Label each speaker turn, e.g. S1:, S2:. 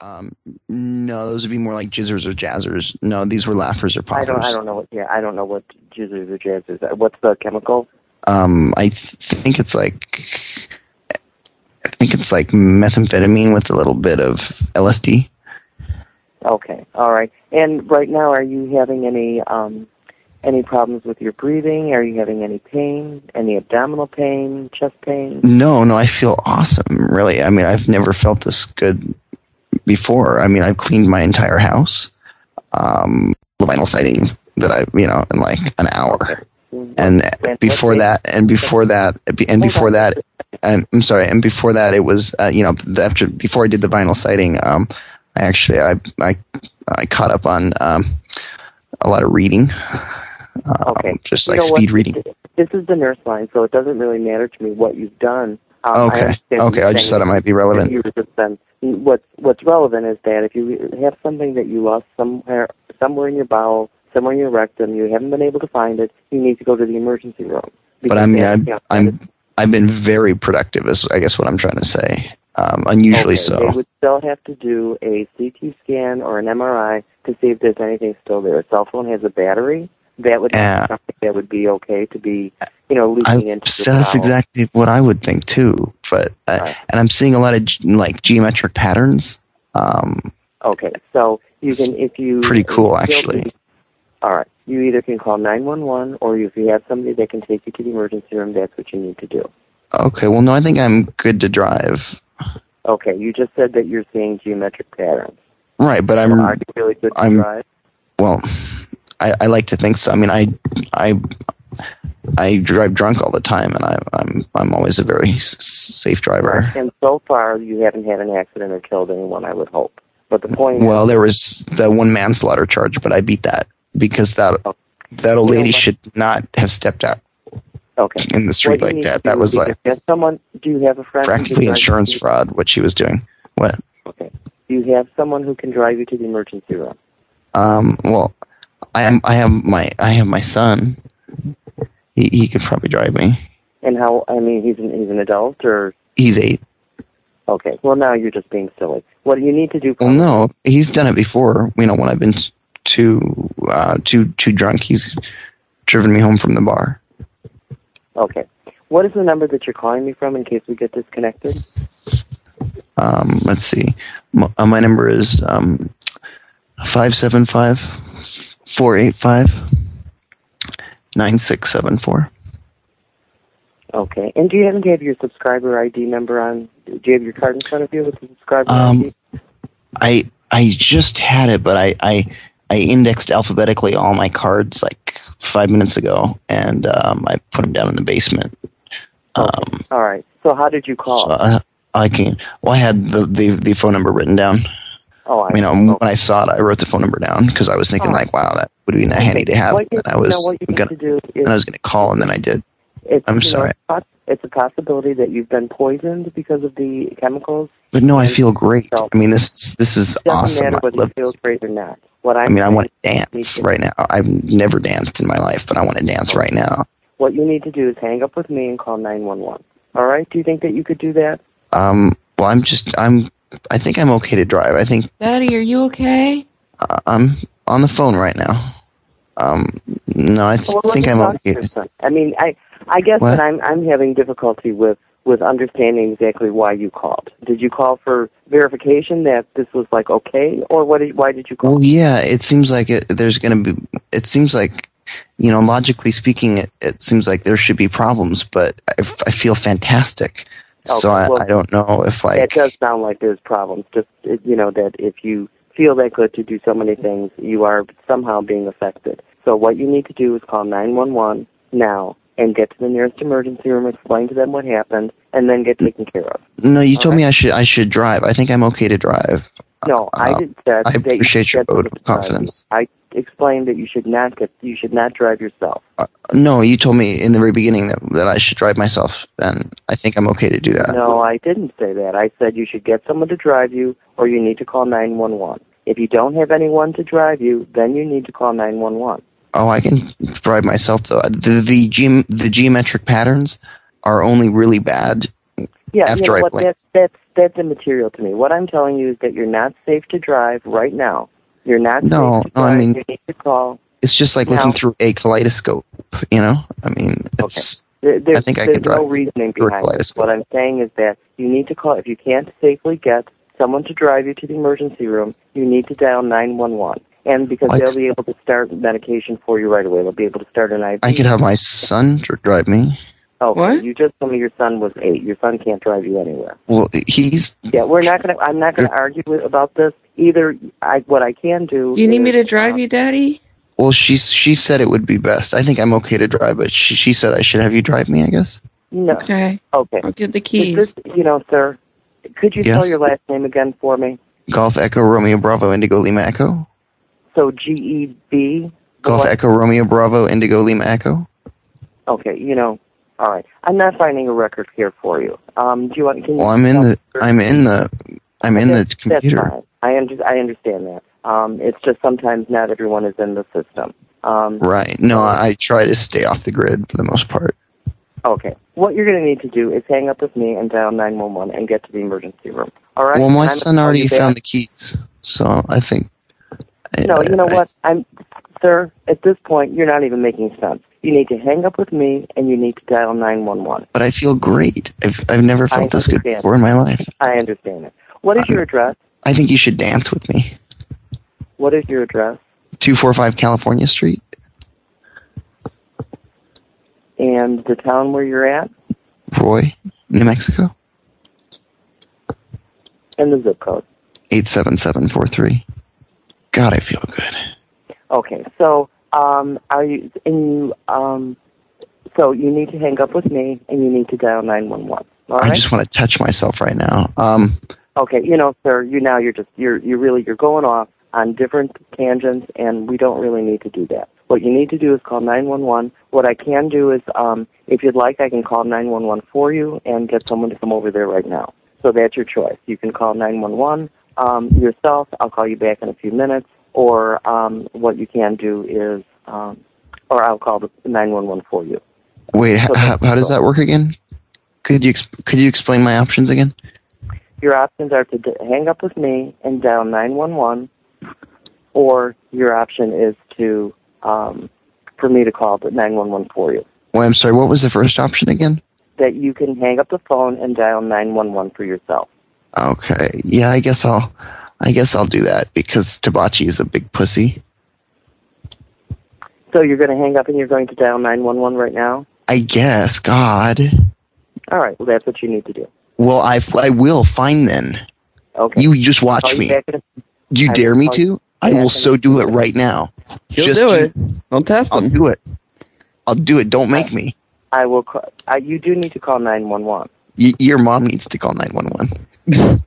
S1: Um, no, those would be more like jizzers or jazzers. No, these were laughers or poppers.
S2: I don't. I don't know what. Yeah, I don't know what jizzers or jazz is. uh, What's the chemical?
S1: Um, I th- think it's like I think it's like methamphetamine with a little bit of LSD.
S2: Okay. All right. And right now, are you having any um, any problems with your breathing? Are you having any pain? Any abdominal pain? Chest pain?
S1: No, no, I feel awesome. Really, I mean, I've never felt this good before. I mean, I've cleaned my entire house, um, vinyl siding that I, you know, in like an hour. And before that, and before that, and before that, and I'm sorry, and before that, it was uh, you know the- after before I did the vinyl siding, um, I actually I I I caught up on um, a lot of reading, um,
S2: Okay.
S1: just
S2: You
S1: like
S2: know what?
S1: speed reading.
S2: This is the nurse line, so it doesn't really matter to me what you've done. Um, I
S1: okay,
S2: understand what
S1: okay,
S2: you're
S1: I just
S2: saying.
S1: thought it might be relevant.
S2: You were just then. What's what's relevant is that if you have something that you lost somewhere somewhere in your bowel, somewhere in your rectum, you haven't been able to find it, you need to go to the emergency room.
S1: but I
S2: Because
S1: mean,
S2: that-
S1: I'm,
S2: yeah,
S1: I'm I've been very productive. Is I guess what I'm trying to say. Um, unusually
S2: okay, They
S1: so.
S2: would still have to do a CT scan or an MRI to see if there's anything still there. A cell phone has a battery. That would
S1: Yeah.
S2: be something that would be okay to be, you know, leaking
S1: I,
S2: into your
S1: that's
S2: bowel.
S1: exactly what I would think too. But uh,
S2: Right.
S1: and I'm seeing a lot of ge- like geometric patterns. Um,
S2: Okay, so you can if you
S1: pretty cool,
S2: if you feel-
S1: actually.
S2: All right, you either can call nine one one, or if you have somebody that can take you to the emergency room, that's what you need to do.
S1: okay, well, no, I think I'm good to drive.
S2: Okay, you just said that you're seeing geometric patterns.
S1: Right, but I'm
S2: Are you really good to
S1: I'm-
S2: drive?
S1: well. I, I like to think so. I mean, I I I drive drunk all the time, and I, I'm I'm always a very s- s- safe driver.
S2: And so far, you haven't had an accident or killed anyone. I would hope. But the point is,
S1: Well, there was the one manslaughter charge, but I beat that because that
S2: Oh.
S1: that old
S2: You know
S1: lady
S2: what?
S1: should not have stepped out
S2: okay,
S1: in the street
S2: What
S1: like
S2: you need
S1: that.
S2: to
S1: That
S2: do
S1: was
S2: is
S1: like
S2: if there's someone. Do you have a friend? who can
S1: practically
S2: drive
S1: insurance
S2: you?
S1: fraud. What she was doing. What?
S2: Okay, do you have someone who can drive you to the emergency room?
S1: Um. Well, I am. I have my. I have my son. He he could probably drive me.
S2: And how? I mean, he's an, he's an adult, or
S1: He's eight.
S2: okay. Well, now you're just being silly. What you need to do?
S1: Well, no, he's done it before. You know, when I've been t- too uh, too too drunk, he's driven me home from the bar.
S2: Okay. What is the number that you're calling me from in case we get disconnected?
S1: Um, let's see. My, uh, my number is um, 575-485-9674.
S2: Okay. And do you happen to have your subscriber ID number on? Do you have your card in front of you with the subscriber
S1: Um,
S2: ID?
S1: I I just had it, but I, I I indexed alphabetically all my cards like five minutes ago, and um, I put them down in the basement. Um,
S2: All right. So how did you
S1: so
S2: call?
S1: I, I can. Well, I had the, the, the phone number written down.
S2: oh, I
S1: You know,
S2: okay.
S1: when I saw it, I wrote the phone number down because I was thinking
S2: All right.
S1: like, wow, that would be handy to have.
S2: What Oh. you,
S1: And I was
S2: no, what you need
S1: gonna
S2: to do is
S1: and I was gonna call, and then I did.
S2: it's,
S1: I'm
S2: you know,
S1: sorry.
S2: it's pos- it's a possibility that you've been poisoned because of the chemicals.
S1: But no, I
S2: And
S1: feel great.
S2: so-
S1: I mean, this this is
S2: Doesn't
S1: awesome.
S2: matter
S1: I,
S2: whether you
S1: love
S2: feel
S1: this.
S2: great or not. What
S1: I
S2: I'm
S1: mean, I want to
S2: Me
S1: dance
S2: too.
S1: right now. I've never danced in my life, but I want to dance right now.
S2: what you need to do is hang up with me and call nine one one. All right? Do you think that you could do that?
S1: Um, well, I'm just I'm I think I'm okay to drive. I think
S3: Daddy, are you okay?
S1: uh, I'm on the phone right now. Um, no, I th-
S2: Well, let
S1: think
S2: me
S1: I'm
S2: talk
S1: okay.
S2: to your son. I mean, I I guess
S1: What?
S2: that I'm I'm having difficulty with with understanding exactly why you called. Did you call for verification that this was like okay, or what? Did, why did you call?
S1: Well, yeah, it seems like it, there's going to be. It seems like, you know, logically speaking, it, it seems like there should be problems, but I, I feel fantastic. so
S2: Okay,
S1: I,
S2: Oh, well,
S1: I don't know if
S2: that
S1: like
S2: does sound like there's problems. Just uh, you know that if you feel that good to do so many things, you are somehow being affected. So what you need to do is call nine one one now and get to the nearest emergency room, explain to them what happened, and then get taken care of.
S1: no. You told
S2: Alright.
S1: me I should I should drive. I think I'm okay to drive.
S2: No, I
S1: Um,
S2: did said
S1: I
S2: that you
S1: appreciate
S2: should
S1: your
S2: get the
S1: vote of
S2: driver.
S1: confidence.
S2: I explained that you should not get you should not drive yourself.
S1: No, you told me in the very beginning that, that I should drive myself, and I think I'm okay to do that.
S2: no, I didn't say that. I said you should get someone to drive you or you need to call 911. If you don't have anyone to drive you, then you need to call 911.
S1: Oh, I can drive myself though. The the geom the geometric patterns are only really bad
S2: Yeah,
S1: After
S2: you know
S1: I
S2: what?
S1: blink.
S2: That, that's that's immaterial to me. What I'm telling you is that you're not safe to drive right now. You're not
S1: No,
S2: safe to
S1: no, I
S2: drive.
S1: mean-
S2: you need to call.
S1: It's just like
S2: No.
S1: looking through a kaleidoscope, you know? I mean, it's
S2: There, there's
S1: think I
S2: there's
S1: could
S2: no
S1: drive
S2: reasoning
S1: through a
S2: behind it.
S1: kaleidoscope.
S2: What I'm saying is that you need to call if you can't safely get someone to drive you to the emergency room. You need to dial 911, and because
S1: Like-
S2: they'll be able to start medication for you right away. They'll be able to start an IV.
S1: I could have my son dr- drive me.
S2: oh,
S3: What?
S2: you just told me your son was eight. Your son can't drive you anywhere.
S1: Well, he's
S2: Yeah, we're not gonna. I'm not gonna argue with, about this either. I what I can do.
S3: You need me
S2: is,
S3: to drive
S2: um,
S3: you, Daddy?
S1: well. She she said it would be best. I think I'm okay to drive, but she she said I should have you drive me. I guess.
S2: No.
S3: Okay,
S2: Okay.
S3: I'll get the
S2: Is
S3: keys.
S2: this- you know, sir, could you spell
S1: Yes.
S2: your last name again for me?
S1: Golf Echo Romeo Bravo Indigo Lima Echo.
S2: So G E B.
S1: Golf Echo Romeo Bravo Indigo Lima Echo.
S2: Okay, you know, all right. I'm not finding a record here for you. Um, do you want? Can you
S1: Well, I'm in the I'm in the I'm in the
S2: That's
S1: computer.
S2: fine. I am. I understand that. Um, it's just sometimes not everyone is in the system. Um,
S1: Right. No, I try to stay off the grid for the most part.
S2: okay. What you're going to need to do is hang up with me and dial 911 and get to the emergency room. All right.
S1: Well, my
S2: I'm gonna
S1: son
S2: call
S1: already
S2: you back.
S1: found the keys, so I think.
S2: No,
S1: I-
S2: you know
S1: I-
S2: what? I'm, sir. At this point, you're not even making sense. You need to hang up with me, and you need to dial 911.
S1: But I feel great. I've I've never felt this good
S2: understand.
S1: before in my life.
S2: I understand it. What is
S1: I'm-
S2: your address?
S1: I think you should dance with me.
S2: What is your address?
S1: Two four five California Street.
S2: And the town where you're at?
S1: Roy, New Mexico,
S2: And the zip code.
S1: 87743. God, I feel good.
S2: Okay. So, um, are you? And you? Um, so you need to hang up with me, and you need to dial 911. All
S1: I
S2: right.
S1: just want to touch myself right now. Um,
S2: Okay, you know, sir, you now you're just you're you're really you're going off on different tangents, and we don't really need to do that. What you need to do is call nine one one. What I can do is, um, if you'd like, I can call nine one one for you and get someone to come over there right now. So that's your choice. You can call nine one one um yourself. I'll call you back in a few minutes, or um, what you can do is, um, or I'll call the nine one one for you.
S1: wait, h- how, how does that work again? Could you ex- could you explain my options again?
S2: Your options are to d- hang up with me and dial 911, or your option is to um, for me to call the 911 for you.
S1: Well, I'm sorry. What was the first option again?
S2: That you can hang up the phone and dial 911 for yourself.
S1: Okay. Yeah, I guess I'll I guess I'll do that because Tabachi is a big pussy.
S2: So you're going to hang up and you're going to dial 911 right now.
S1: I guess. God.
S2: All right, well that's what you need to do.
S1: Well, I, f- I will find then.
S2: Okay.
S1: You just watch
S2: Call
S1: me.
S2: back in a-
S1: Do you
S2: I
S1: dare
S2: will
S1: me
S2: call
S1: to? I
S2: back in
S1: will
S2: a-
S1: so do it right now.
S3: You'll
S1: Just
S3: do
S1: you-
S3: it. Don't test
S1: I'll
S3: him.
S1: do it. I'll do it. Don't make me.
S2: I will. Call, I, you do need to call 911.
S1: Y- your mom needs to call 911.